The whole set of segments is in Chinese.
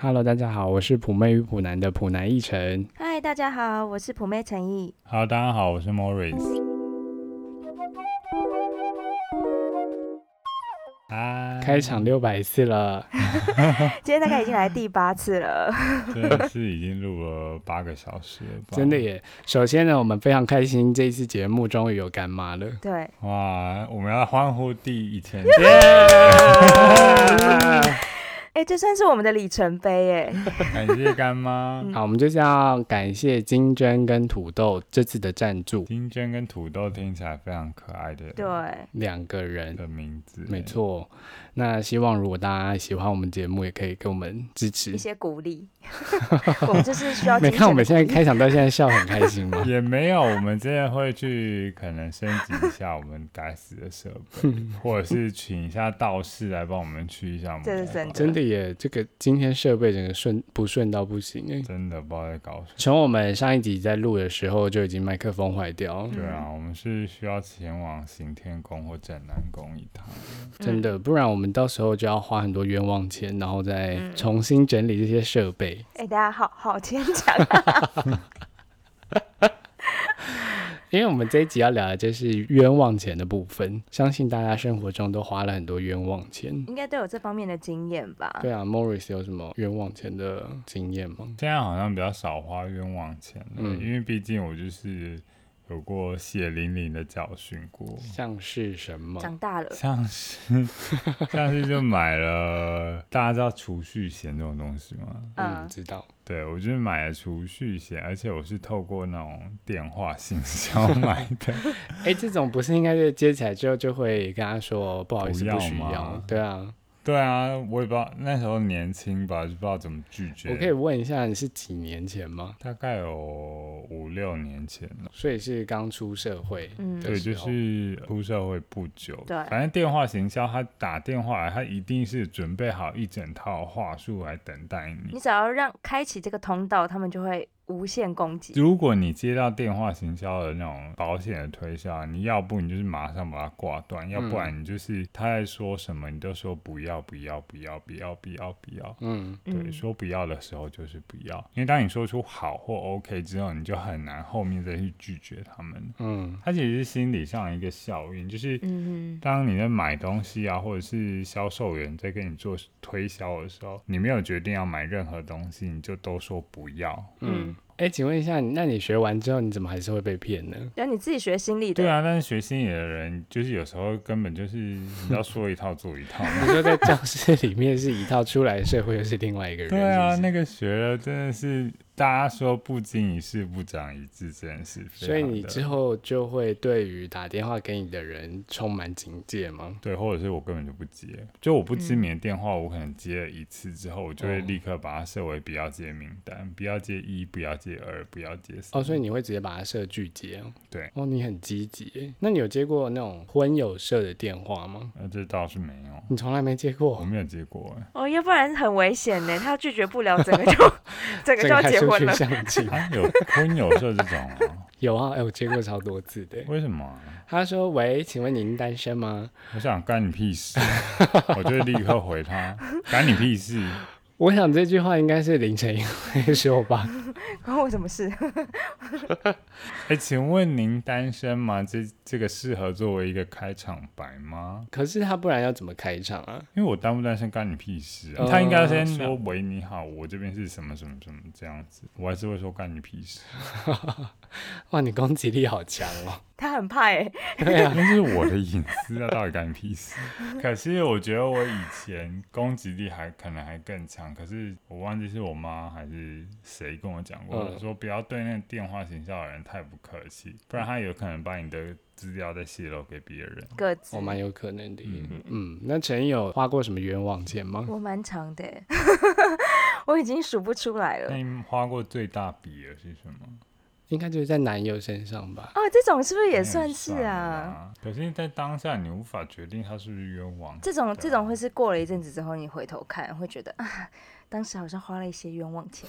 Hello，大家好，我是普妹与普男的普男一晨。嗨，大家好，我是普妹陈毅。 Hello，大家好，我是 Morris。嗨，开场六百次了，今天大概已经来第八次了， 真的是已经录了八个小时了吧？真的耶！首先呢，我们非常开心，这一次节目终于有干妈了。对，哇！我们要欢呼第一千，哎、这算是我们的里程碑哎。感谢干妈。好，我们就是要感谢金针跟土豆这次的赞助，金针跟土豆听起来非常可爱的对，两个人，的名字，？没。错。那希望如果大家喜欢我们节目，也可以给我们支持一。些鼓励， 我们就是需要。没看我们现在，开场到现在笑很开心吗 也没有，我们真的会去可能升级一下我们该死的设 备，或者是请一下道士来帮我们驱一下魔。这是真的真的耶，这个今天设备整个顺不顺到不行哎。真的不知道在搞什么。从我们上一集在录的时候就已经麦克风坏掉了，对啊，我们是需要前往行天宫或镇南宫一趟。真的，不然我们到时候就要花很多冤枉钱，然后再重新整理这些设备。哎、大家好好牵 强。因为我们这一集要聊的就是冤枉钱的部分，相信大家生活中都花了很多冤枉钱。应该都有这方面的经验吧？对啊，Morris 有什么冤枉钱的经验吗？现在好像比较少花冤枉钱了，嗯因为毕竟我就是有过血淋淋的教训过，像是什么？长大了，像是像是就买了，大家知道储蓄险这种东西 吗？嗯，嗯知道。对，我就是买了储蓄险，而且我是透过那种电话信箱买的， 哎、这种不是应该就接起来之后就会跟他说不好意思，不不要需吗要。对啊，对啊，我也不知道那时候年轻吧，就不知道怎么拒绝。我可以问一下你是几年前吗？大概有五六年前了。所以是刚出社会嗯的对，时就候，是出社会不久，对反正电话行销，他打电话来，他一定是准备好一整套话术来等待你嗯你。只要让开启这个通道，他们就会无限攻击。如果你接到电话行销的那种保险的推销，你要不你就是马上把它挂断，要不嗯然你就是他在说什么，你就说不要不要不要不要不要不要。嗯。对，嗯说不要的时候就是不要，因为当你说出好或 OK 之后，你就很难后面再去拒绝他们。嗯，它其实是心理上的一个效应，就是嗯当你在买东西啊，或者是销售员在跟你做推销的时候，你没有决定要买任何东西，你就都说不要。嗯，哎、请问一下，那你学完之后，你怎么还是会被骗呢？然后你自己学心理的，对啊，但是学心理的人，就是有时候根本就是你要说一套做一套嘛。你说在教室里面是一套，出来社会又是另外一个人。 对啊，是不是那个学了真的是大家说不经一事不长一智，真的是非所以常你的之后就会对于打电话给你的人充满警戒吗？对，或者是我根本就不接，就我不知名的电话，我可能接了一次之后，我就会哦立刻把它设为不要接名单，不要接一，不要接二，不要接三。哦，所以你会直接把它设拒接哦。对，哦，你很积极耶。那你有接过那种婚友社的电话吗？呃，这倒是没有，你从来没接我过，没有接过哎、？哦，要不然很危险呢，他拒绝不了，整个就 整 这个就个要还结出婚去了。 相亲啊，有婚友社这种啊？ 有啊，哎、我接过超多次的。为什么啊？他说：“喂，请问您单身吗？我想干你屁事，我就会立刻回他，干你屁事。我想这句话应该是凌晨 一会说吧。”关我什么事？ 哎、请问您单身吗？这这个适合作为一个开场白吗？可是他不然要怎么开场啊？ 因为我单不单身干你屁事啊、哦他应该先说“喂，你好，我这边是什么什么什么这样子”，我还是会说干你屁事，哇，你攻击力好强哦！他很怕哎，对啊， 那是我的隐私啊，到底干你屁事？ 可是我觉得我以前攻击力还可能还更强，可是我忘记是我妈还是谁跟我讲过，嗯说不要对那个电话行销的人太不客气，不然他有可能把你的资料再泄露给别人。各自哦我蛮有可能的耶。嗯嗯，那陈毅有花过什么冤枉钱吗？我蛮长的欸， 我已经数不出来那了。你花过最大笔的是什么？应该就是在男友身上吧。哦，这种是不是也那算是算啊？啦。可是，在当下你无法决定他是不是冤枉。这种对啊这种会是过了一阵子之后，你回头看会觉得啊，当时好像花了一些冤枉钱。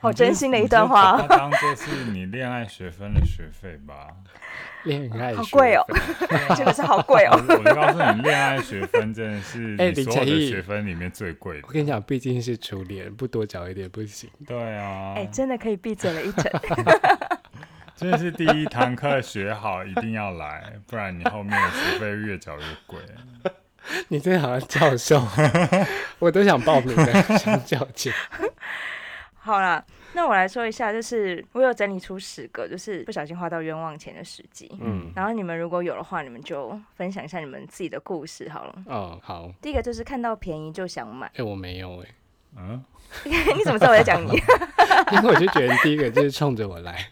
好真心的一段你话就。把它当做是你恋爱学分的学费吧。恋爱好学贵哦分 真的是好贵我哦！我告诉你，恋爱学分真的是哎你林所晨有的毅学分里面最贵的我。跟你讲，毕竟是初恋，不多找一点不行。对啊，哎、真的可以闭嘴了一整。真的是第一堂课学好一定要来，不然你后面的学费越缴越贵。你真的好像教授， 我都想报名了，想交钱。好啦，那我来说一下，就是我有整理出十个，就是不小心花到冤枉钱的时机。嗯，然后你们如果有的话，你们就分享一下你们自己的故事好了。哦，好，第一个就是看到便宜就想买， 哎、我没有哎、嗯，你怎么知道我在讲你？因为我就觉得第一个就是冲着我来，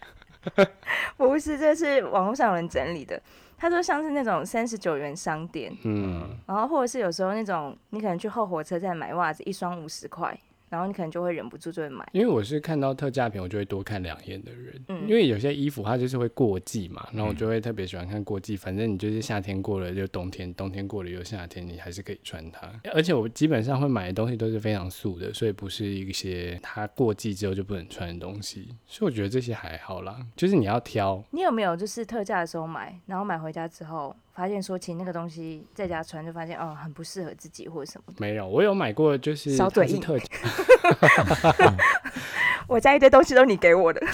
不是，这是网络上有人整理的。他说像是那种三十九元商店，嗯，然后或者是有时候那种你可能去后火车站买袜子，一双五十块，然后你可能就会忍不住就会买。因为我是看到特价品，我就会多看两眼的人。嗯因为有些衣服它就是会过季嘛，然后嗯我就会特别喜欢看过季。反正你就是夏天过了就冬天，冬天过了就夏天，你还是可以穿它。而且我基本上会买的东西都是非常素的，所以不是一些它过季之后就不能穿的东西。所以我觉得这些还好啦，就是你要挑，你有没有就是特价的时候买，然后买回家之后发现说，其实那个东西在家穿就发现哦很不适合自己或者什么的。 没有，我有买过，就是小它嘴是硬特价，我家一堆东西都是你给我的，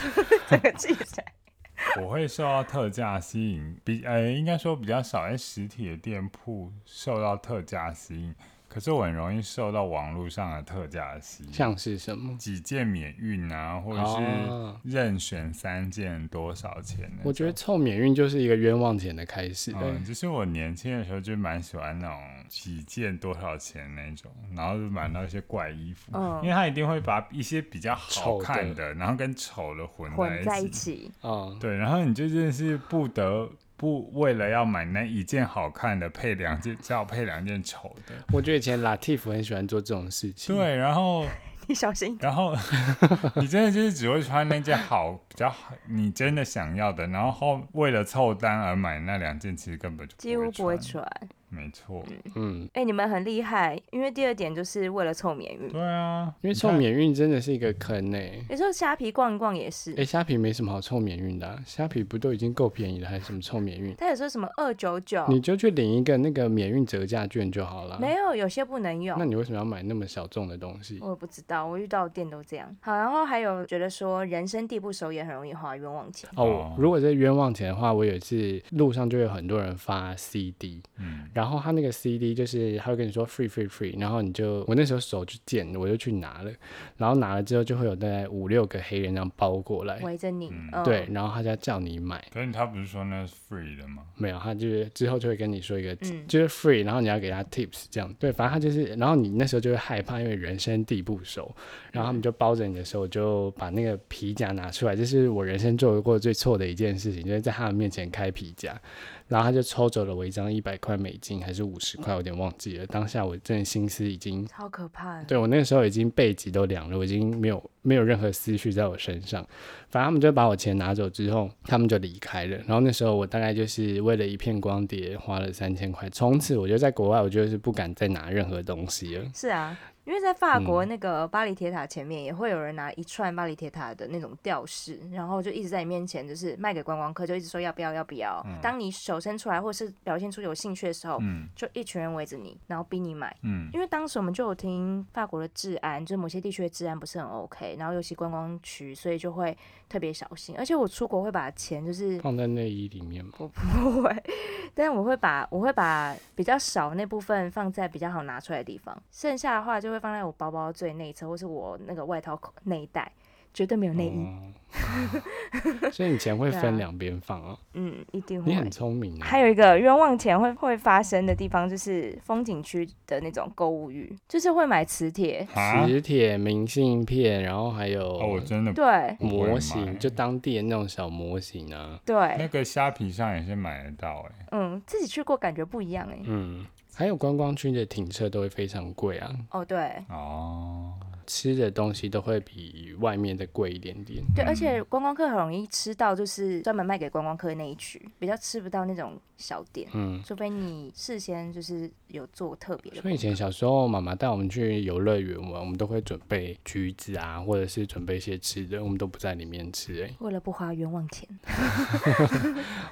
这个记起来。我会受到特价吸引，比呃应该说比较少在实体的店铺受到特价吸引，可是我很容易受到网络上的特价的吸引，像是什 么？几件免运啊，或者哦是任选三件多少钱那种我觉得凑免运就是一个冤枉钱的开始。嗯，就是我年轻的时候就蛮喜欢那种几件多少钱那种，然后就买到一些怪衣服，嗯因为他一定会把一些比较好丑的看的，然后跟丑的混混在在一起。起，哦，对，然后你就真的是不得不为了要买那一件好看的，配两件，只好配两件丑的。我觉得以前 Latif 很喜欢做这种事情。，对，然后 你小心一点。然后你真的就是只会穿那件好比较好，你真的想要的，然后后为了凑单而买那两件，其实根本就几乎不会穿。穿，没错，嗯，哎、你们很厉害，因为第二点就是为了凑免运，对啊，因为你凑看免运真的是一个坑诶、欸。有时候虾皮逛一逛也是，哎、虾皮没什么好凑免运的、啊，虾皮不都已经够便宜了，还什么凑免运？他有时候什么二九九，你就去领一个那个免运折价券就好了。没有，有些不能用那。你为什么要买那么小众的东西？我也不知道，我遇到的店都这样。好，然后还有觉得说人生地不熟也很容易花冤枉钱。哦哦，如果是冤枉钱的话，我有一次路上就有很多人发 CD，嗯，然后他那个 CD 就是他会跟你说 free free free，然后你就我那时候手就贱，我就去拿了，然后拿了之后就会有大概五六个黑人这样包过来，围着你，嗯嗯，哎对，，然后他就要叫你买，可是他不是说那是 free 的吗？没有，他就是之后就会跟你说一个，嗯就是 free，然后你要给他 tips 这样，对，反正他就是，然后你那时候就会害怕，因为人生地不熟，然后他们就包着你的手，就把那个皮夹拿出来，这是我人生做过最错的一件事情，就是在他们面前开皮夹，然后他就抽走了我一张一百块美金还是五十块，我有点忘记了，当下我真的心思已经超可怕的。对我那个时候已经背脊都凉了，我已经没有没有任何思绪在我身上。反正他们就把我钱拿走之后，他们就离开了。然后那时候我大概就是为了一片光碟花了三千块，从此我就在国外，我就是不敢再拿任何东西了。是啊，因为在法嗯国那个巴黎铁塔前面也会有人拿一串巴黎铁塔的那种吊饰，然后就一直在你面前，就是卖给观光客，就一直说要不要要不要。嗯当你手伸出来或是表现出有兴趣的时候，嗯就一群人围着你，然后逼你买。嗯，因为当时我们就有听法国的治安，就是某些地区的治安不是很 OK，然后尤其观光区，所以就会特别小心。而且我出国会把钱就是放在内衣里面嘛，我不会， 但我会把我会把比较少那部分放在比较好拿出来的地方，剩下的话就会放在我包包最内侧，或是我那个外套口内袋，绝对没有内衣。哦所以你钱会 对啊分两边放哦。嗯，一定你会很。聪明啊，还有一个冤枉钱会会发生的地方，就是风景区的那种购物欲，就是会买磁铁，啊，磁铁、明信片，然后还哦，我有真的对不会模买型，就当地的那种小模型啊。对，那个虾皮上也是买得到哎、嗯，自己去过感觉不一样哎、嗯，还有观光区的停车都会非常贵啊。哦，对，哦，吃的东西都会比外面的贵一点点。对，而且观光客很容易吃到，就是专门卖给观光客的那一区，比较吃不到那种小店，嗯，除非你事先就是有做特别的功课。所以以前小时候，妈妈带我们去游乐园玩，我们都会准备橘子啊，或者是准备一些吃的，我们都不在里面吃、欸。为了不花冤枉钱，哎，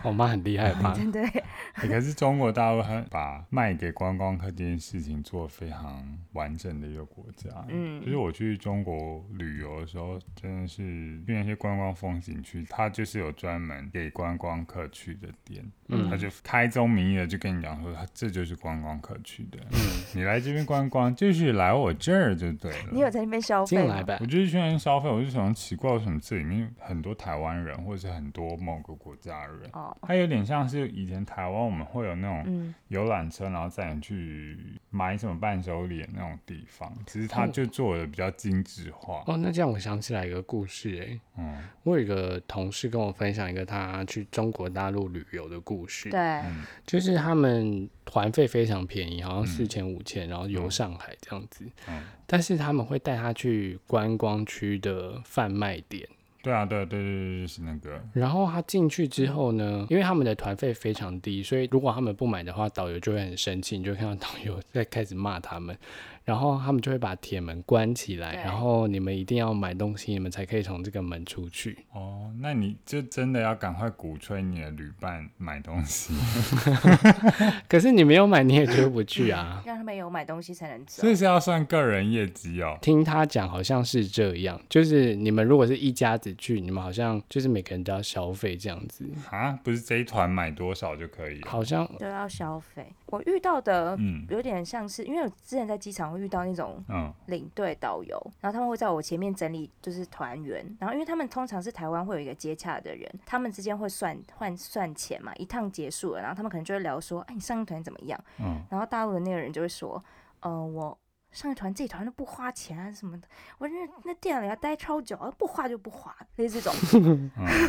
我妈很厉害吧？ 真的耶欸可是中国大陆还把卖给观光客这件事情做得非常完整的一个国家。嗯就是我去中国旅游的时候，真的是去那些观光风景区，它就是有专门给观光客去的店，嗯，它就开宗明义的就跟你讲说，它这就是观光客去的，嗯，你来这边观光就是来我这儿就对了。你有在那边消费进吗来吧我，就是去那边消费，我就想奇怪，为什么这里面很多台湾人，或者是很多某个国家的人，哦，它有点像是以前台湾我们会有那种嗯，游览车，然后载你去买什么伴手礼的那种地方，只是它哦就做的比较精致化。哦，那这样我想起来一个故事、欸，嗯，我有一个同事跟我分享一个他去中国大陆旅游的故事，对，就是他们团费非常便宜，好像嗯四千五千，然后游上海这样子，嗯但是他们会带他去观光区的贩卖点。对啊，对对对对，就是那个，然后他进去之后呢，因为他们的团费非常低，所以如果他们不买的话，导游就会很生气，你就会看到导游 在开始骂他们，然后他们就会把铁门关起来，对。然后你们一定要买东西，你们才可以从这个门出去。哦，那你就真的要赶快鼓吹你的旅伴买东西，啊可是你没有买，你也出不去啊让他们有买东西才能走所。以是要算个人业绩哦。听他讲好像是这样，就是你们如果是一家子去，你们好像就是每个人都要消费这样子，啊，不是这一团买多少就可以了？好像都要消费。我遇到的嗯有点像是，因为我之前在机场会遇到那种嗯领队导游，然后他们会在我前面整理就是团员，然后因为他们通常是台湾会有一个接洽的人，他们之间会算换算钱嘛，一趟结束了，然后他们可能就会聊说，哎，你上一团怎么样？嗯，然后大陆的那个人就会说，呃，我。上一团这一团都不花钱啊什么的，我那那店里要待超久，不花就不花，类似这种，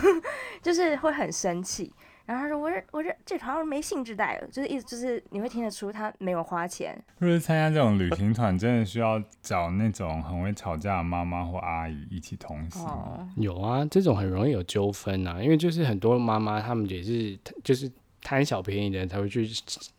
就是会很生气。然后他说我这我这这团没兴致带了，就是意思就是你会听得出他没有花钱，如果是参加这种旅行团，真的需要找那种很会吵架的妈妈或阿姨一起同行。哦，有啊，这种很容易有纠纷啊，因为就是很多妈妈她们也是就是贪小便宜的人才会去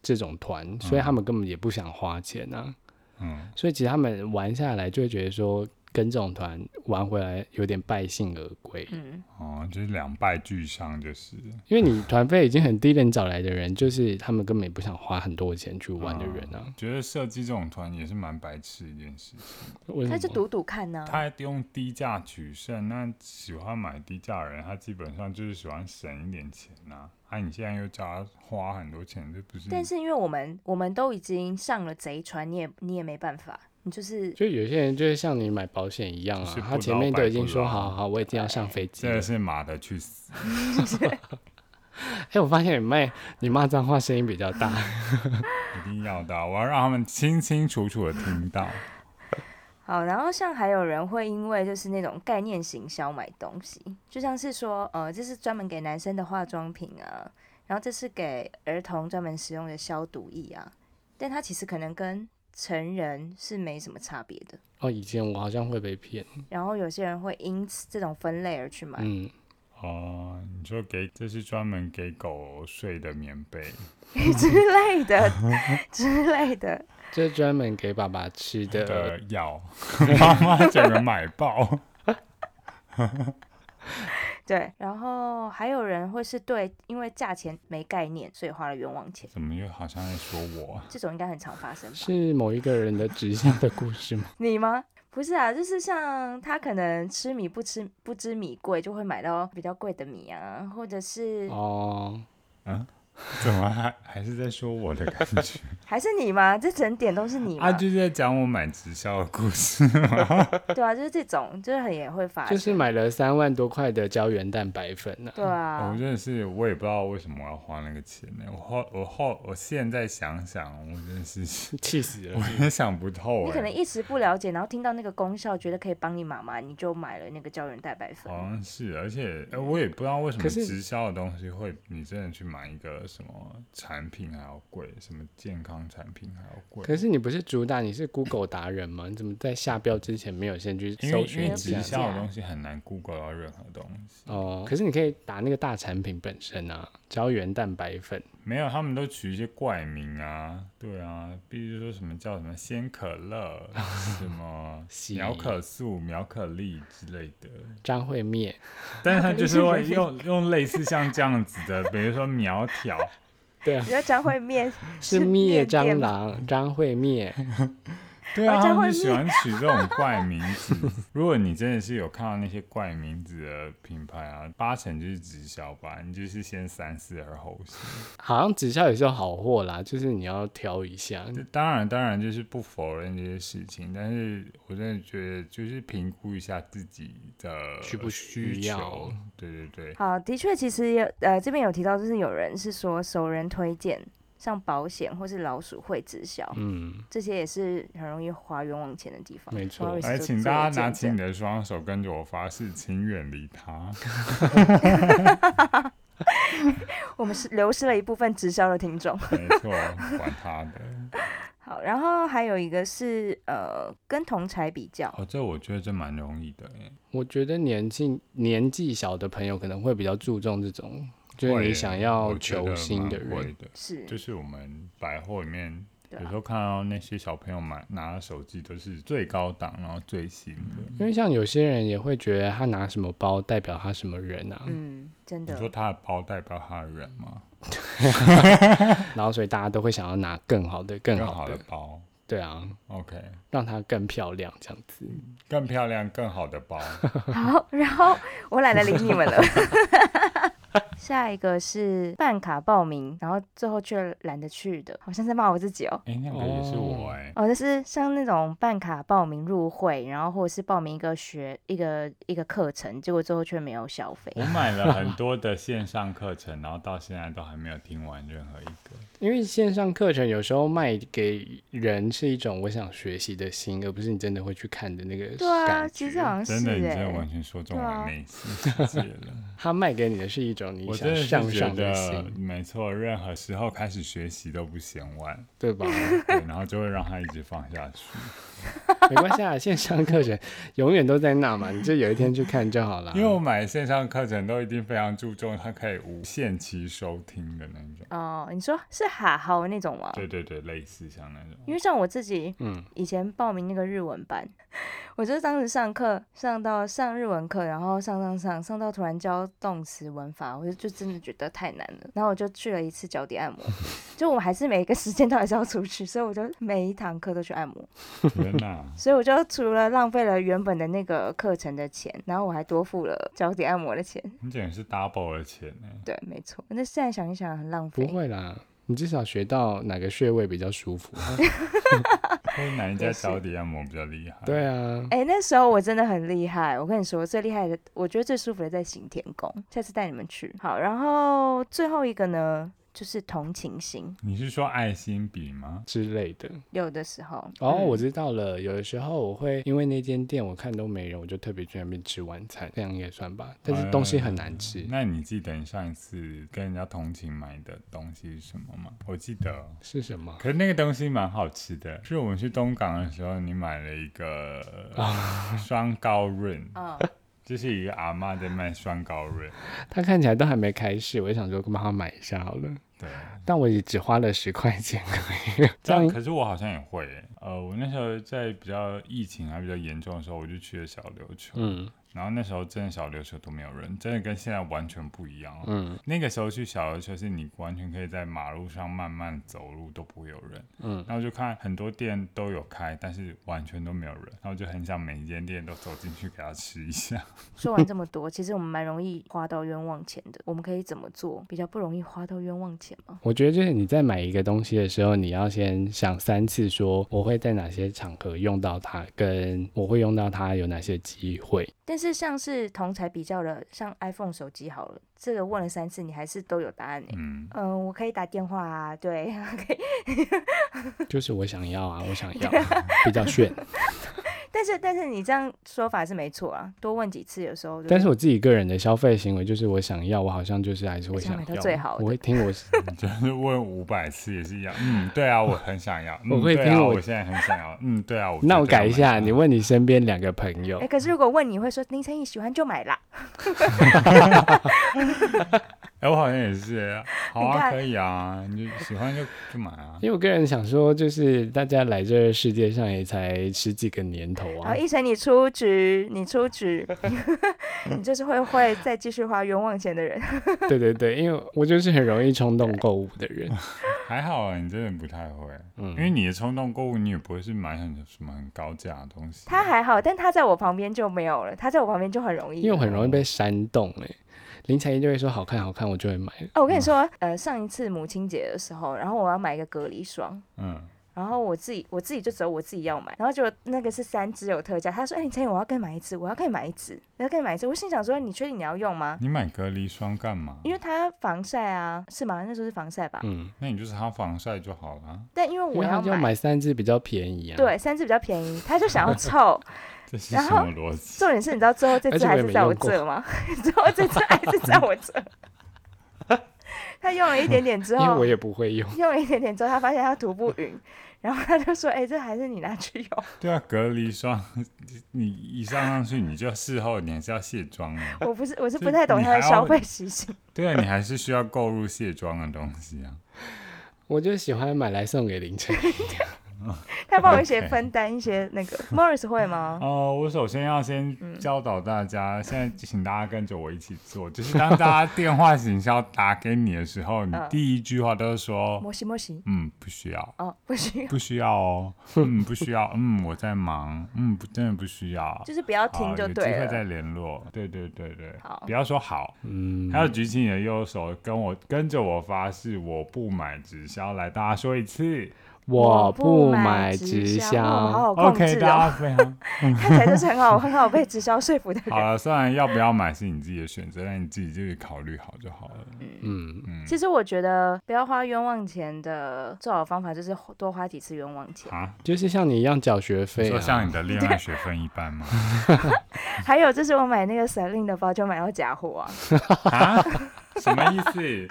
这种团，所以他们根本也不想花钱啊，嗯，所以其实他们玩下来就会觉得说跟这种团玩回来有点败兴而归，嗯，哦，就是两败俱伤，就是因为你团费已经很低了，你找来的人就是他们根本也不想花很多钱去玩的人啊，觉得设计这种团也是蛮白痴的一件事情。嗯为他什就么？赌赌看呢、他用低价取胜，那喜欢买低价的人，他基本上就是喜欢省一点钱呐、啊。你现在又叫他花很多钱，这不是？但是因为我们我们都已经上了贼船，你也你也没办法，你就是就有些人就是像你买保险一样啊就是，不他前劳面都白已经不说劳好好好，我一定要上飞机真的了。 是马的去死。哎、我发现你妹你骂脏话声音比较大。 一定要的啊，我要让他们清清楚楚的听到。好。然后像还有人会因为就是那种概念行销买东西，就像是说呃，这是专门给男生的化妆品啊，然后这是给儿童专门使用的消毒液啊，但它其实可能跟成人是没什么差别的。哦，以前我好像会被骗，然后有些人会因此这种分类而去买，嗯，哦、你说给这是专门给狗睡的棉被， 之类的之类的。这是专门给爸爸吃的的。 药，妈妈整个买爆。对，然后还有人会是对因为价钱没概念，所以花了冤枉钱，怎么又好像在说我啊？这种应该很常发生吧？是某一个人的指向的故事 吗？你吗？不是啊，就是像他可能吃米不吃不知米贵，就会买到比较贵的米啊，或者是、哦，怎么还还是在说我的感觉？ 还是你吗？这整点都是你吗？啊，就是在讲我买直销的故事。对啊，就是这种，就是很也会发生，就是买了三万多块的胶原蛋白粉呢、对啊 我，真的是，我也不知道为什么我要花那个钱呢、我后我后我现在想想，我真的 是气死了我！也想不透你哎、可能一时不了解，然后听到那个功效，觉得可以帮你妈妈，你就买了那个胶原蛋白粉。哦好像是，而且、呃我也不知道为什么可是直销的东西会，你真的去买一个什么产品还要贵，什么健康产品还要 贵。可是你不是主打你是 Google 达人吗？你怎么在下标之前没有先去因为搜因寻为一直下？销的东西很难 Google 到任何东西，哦，可是你可以打那个大产品本身啊，胶原蛋白粉。没有他们都取一些怪名啊，对啊，比如说什么叫什么鲜可乐、什 么喜苗可素、苗可丽之类的， 张惠妹，但是他就是会 用用类似像这样子的，比如说苗条，对啊你，说张惠面是灭面蟑店吗？螂，张惠妹。对啊，哦这他样们会就喜欢取这种怪名字。如果你真的是有看到那些怪名字的品牌啊，八成就是直销吧，你就是先三思而后行。好像直销也是有好货啦，就是你要挑一下。这当然，当然就是不否认这些事情，但是我真的觉得就是评估一下自己的需不需需要求。对对 对，好，的确，其实也呃这边有提到，就是有人是说熟人推荐。像保险或是老鼠会直销，嗯，这些也是很容易花冤枉钱的地方。没错 Morris 就来，哎请做大见家拿证起你的双手，跟着我发誓，请远离他。我们是流失了一部分直销的听众。没错，管他 的。好，然后还有一个是呃，跟同才比较，哦，这我觉得这蛮容易的耶。我觉得年纪年纪小的朋友可能会比较注重这种，就会是你耶想要我觉求得新蛮的会人。的。是就是我们百货里面，对有时啊，候看到那些小朋友买拿的手机都是最高档，然后最新的。嗯因为像有些人也会觉得他拿什么包代表他什么人啊，嗯，真你说的，他的包代表他的人吗？然后所以大家都会想要拿更好的、更更好好的的，包对啊， ，OK，让它更漂亮这样子。更漂亮、更好的 包。好，然后我懒得理你们 了。下一个是办卡报名，然后最后却懒得去的，好像在骂我自己哦。哎、那个也是我哎、哦，就是像那种办卡报名入会，然后或者是报名一个学一个一个课程，结果最后却没有消费。我买了很多的线上课程，然后到现在都还没有听完任何一个。 因为线上课程有时候卖给人是一种我想学习的心，而不是你真的会去看的那个对啊，感其觉。实好像是真的，你哎、真的完全说中对我啊内心世界了。他卖给你的是一种你我真想的是向上觉的得心，没错，任何时候开始学习都不嫌 晚，对吧？对，然后就会让他一直放下去。没关系啊，线上课程永远都在那嘛，你就有一天去看就好了。因为我买线上课程都一定非常注重它可以无限期收听的那种。哦，你说是哈好那种吗？对对对，类似像那因 种。为像我自己嗯，以前报名那个日文班，我就是当时上课上到上日文课，然后上上上上到突然教动词文法，我就就真的觉得太难了，然后我就去了一次脚底按 摩，就我还是每一个时间都还是要出去，所以我就每一堂课都去按摩，天哪！所以我就除了浪费了原本的那个课程的钱，然后我还多付了脚底按摩的钱。你简直是 double 的钱呢、对，没错。那现在想一想，很浪嗯不费。会啊啦，你至少学到哪个穴位比较舒服。啊所以哪一家脚底按摩比较厉害？ 对啊，哎、那时候我真的很厉害。我跟你说，最厉害的，我觉得最舒服的在行天宫，下次带你们去。好，然后最后一个呢，就是同情心，你是说爱心笔吗？之类的。有的时候。哦，嗯我知道了。有的时候我会因为那间店我看都没人，我就特别去那边吃晚餐，这样也算吧。但是东西很难吃，那你记得你上一次跟人家同情买的东西是什么吗？我记得，是什么？可是那个东西蛮好吃的，是我们去东港的时候，你买了一 个呃双高润，嗯，这是一个阿嬷在卖双高润，它看起来都还没开市，我就想说帮他买一下好了。对。但我也只花了十块钱而已，这但样可是我好像也会欸、呃，我那时候在比较疫情还比较严重的时候，我就去了小琉球，嗯然后那时候真的小琉球都没有人，真的跟现在完全不一样、哦。嗯那个时候去小琉球是你完全可以在马路上慢慢走路都不会有人，嗯，然后就看很多店都有开，但是完全都没有人，然后就很想每一间店都走进去给他吃一下。说完这么多，其实我们蛮容易花到冤枉钱的。我们可以怎么做比较不容易花到冤枉钱吗？我觉得就是你在买一个东西的时候，你要先想三次，说我会在哪些场合用到它，跟我会用到它有哪些机会。但是像是同才比较的，像 iPhone 手机好了，这个问了三次，你还是都有答案呢、嗯，嗯，我可以打电话啊，对， 可以啊就是我想要啊，我想要比较炫。但是但是你这样说法是没错啊，多问几次有时候就。但是我自己个人的消费行为就是我想要，我好像就是还是会想想买到要，最好的我会听我就是问五百次也是一样。嗯，对啊，我很 想要。嗯我会对听啊，我我现在很想要。嗯，对啊，我那我觉得改一下，蛮你问你身边两个朋友哎、，可是如果问你会说林晨一喜欢就买啦，哎、我好像也是 欸，好你啊，看可以啊，你就喜欢就就买啊。 因为我个人想说，就是大家来这世界上也才十几个年头然啊后，一晨你出局，你出局， 你就是会会再继续花冤枉钱的人。对对对，因为我就是很容易冲动购物的人，还好啊，你真的不太会，嗯因为你的冲动购物，你也不会是买很什么很高价的东西。他还好，但他在我旁边就没有了，他在我旁边就很容易因为。我很容易哦被煽动哎、林采怡就会说好看好看，我就会买了。哦，我跟你说，呃，上一次母亲节的时候，然后我要买一个隔离霜，嗯，然后我自己我自己就只有我自己要买，然后结果那个是三支有特价，他说，哎、你陈颖，我要跟你买一支，我要跟你买一支，我要跟你买一支，我心想说，你确定你要用吗？你买隔离霜干嘛？因为它防晒啊，是吗？那时候是防晒吧？嗯，那你就是擦防晒就好了。啊但因为因我为他就买，买三支比较便宜啊。，对，三支比较便宜，他就 想要凑，这是然什后么逻辑？重点是，你知道最后这而支且我还也是没在我用过这吗？ 最后这支还是在我这。 他用了一点点之因为后我，也不会用。用了一点点之后，他发现他涂不匀，然后他就说：“哎、这还是你拿去用。 对啊，隔离霜， 你一上上去，你就事后你还是要卸妆的。”我不是，我是这不太懂你他的还要消费习性。对啊，你还是需要购入卸妆的东西啊。我就喜欢买来送给凌晨。他帮我一些 OK 分担一些那个 Morris 会吗？哦，我首先要先嗯教导大家，现在请大家跟着我一起做，就是当大家电话行销打给你的时候，你嗯第一句话都是说，摩西摩西嗯，不需要，哦，不需要，不需要哦，嗯，不需要，嗯，我在忙，嗯，不，真的不需要，就是不要好听就哦有机对会了。再联络，对对对对好，不要说好，嗯还，要举起你的右手，跟我跟着我发誓，我不买直销，来，大家说一次我不买买直销，销。哦好好控，OK，制大家哦， 非常。看起来就是很好，很好被直销说服的人好。了，虽然要不要买是你自己的选择，但你自己就是考虑好就好了。嗯，嗯，其实我觉得不要花冤枉钱的最好的方法就是花多花几次冤枉钱。啊，就是像你一样缴学你费说像啊。你的恋爱学分一般 吗？还有就是我买那个 Celine 的包就买到假货啊，啊，什么意思？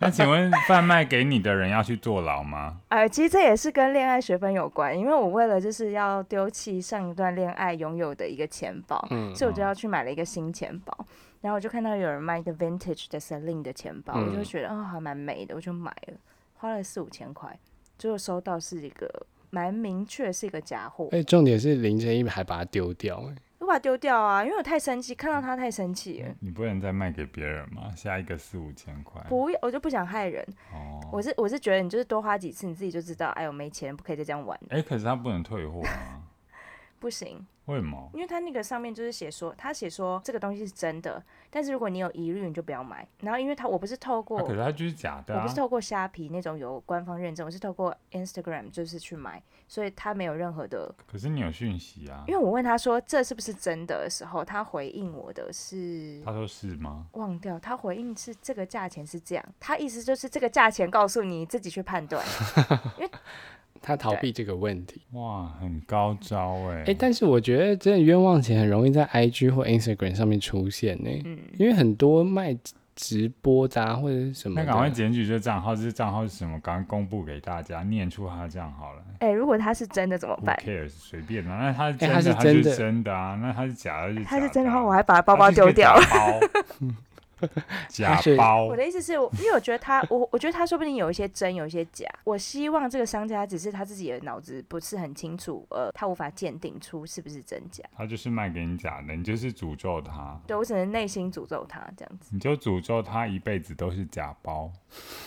那请问贩卖给你的人要去坐牢吗？呃，其实这也是跟恋爱学分有关，因为我为了就是要丢弃上一段恋爱拥有的一个钱包，嗯所以我就要去买了一个新钱包。然后我就看到有人卖一个 vintage 的 Celine 的钱包，我就嗯觉得哦还蛮美的，我就买了，花了四五千块，结果收到是一个蛮明确是一个假货，哎，重点是凌晨一还把它丢掉、哎我把它丢掉啊，因为我太生气，看到它太生气嗯了。你不能再卖给别人吗？下一个四五千块。不要，我就不想害人。哦，我是我是觉得你就是多花几次，你自己就知道，哎，我没钱，不可以再这样玩了，哎、可是他不能退货啊？不行，为什么？因为他那个上面就是写说，他写说这个东西是真的，但是如果你有疑虑，你就不要买。然后因为他我不是透过、啊、可是他就是假的我啊不是！透过虾皮那种有官方认证，我是透过 Instagram 就是去买，所以他没有任何的。可是你有讯息啊因？为我问他说这是不是真的的时候，他回应我的是他说是吗？忘掉，他回应是这个价钱是这样，他意思就是这个价钱告诉你自己去判 断。他逃避这个问题。哇，很高招哎、哎、但是我觉得真的冤枉钱很容易在 IG 或 Instagram 上面出现呢、嗯，因为很多卖直播的、啊、或者是什么那的，赶快检举这账号，这账号是什么？赶快公布给大家，念出他的账号来。哎、如果他是真的怎么 Who 办？ cares？随便啊。那他哎是真的，他是他就真的是真的啊。那他是假的就假的啊，他是真的话，我还把包包丢掉了了。。假他是包我，的意思是我，因为我觉得他，我我觉得他说不定有一些真，有一些假。我希望这个商家只是他自己的脑子不是很清楚，呃，他无法鉴定出是不是真假。他就是卖给你假的，你就是诅咒他，对我只能内心诅咒他这样子。你就诅咒他一辈子都是假包。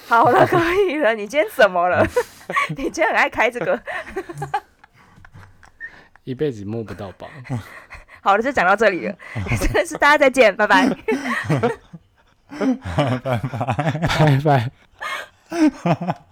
好了， 可以了，你今天怎么了？ 你今天很爱开这个。一辈子摸不到 宝。好了，就讲到这里了， 真的是大家再见，拜拜。拜拜。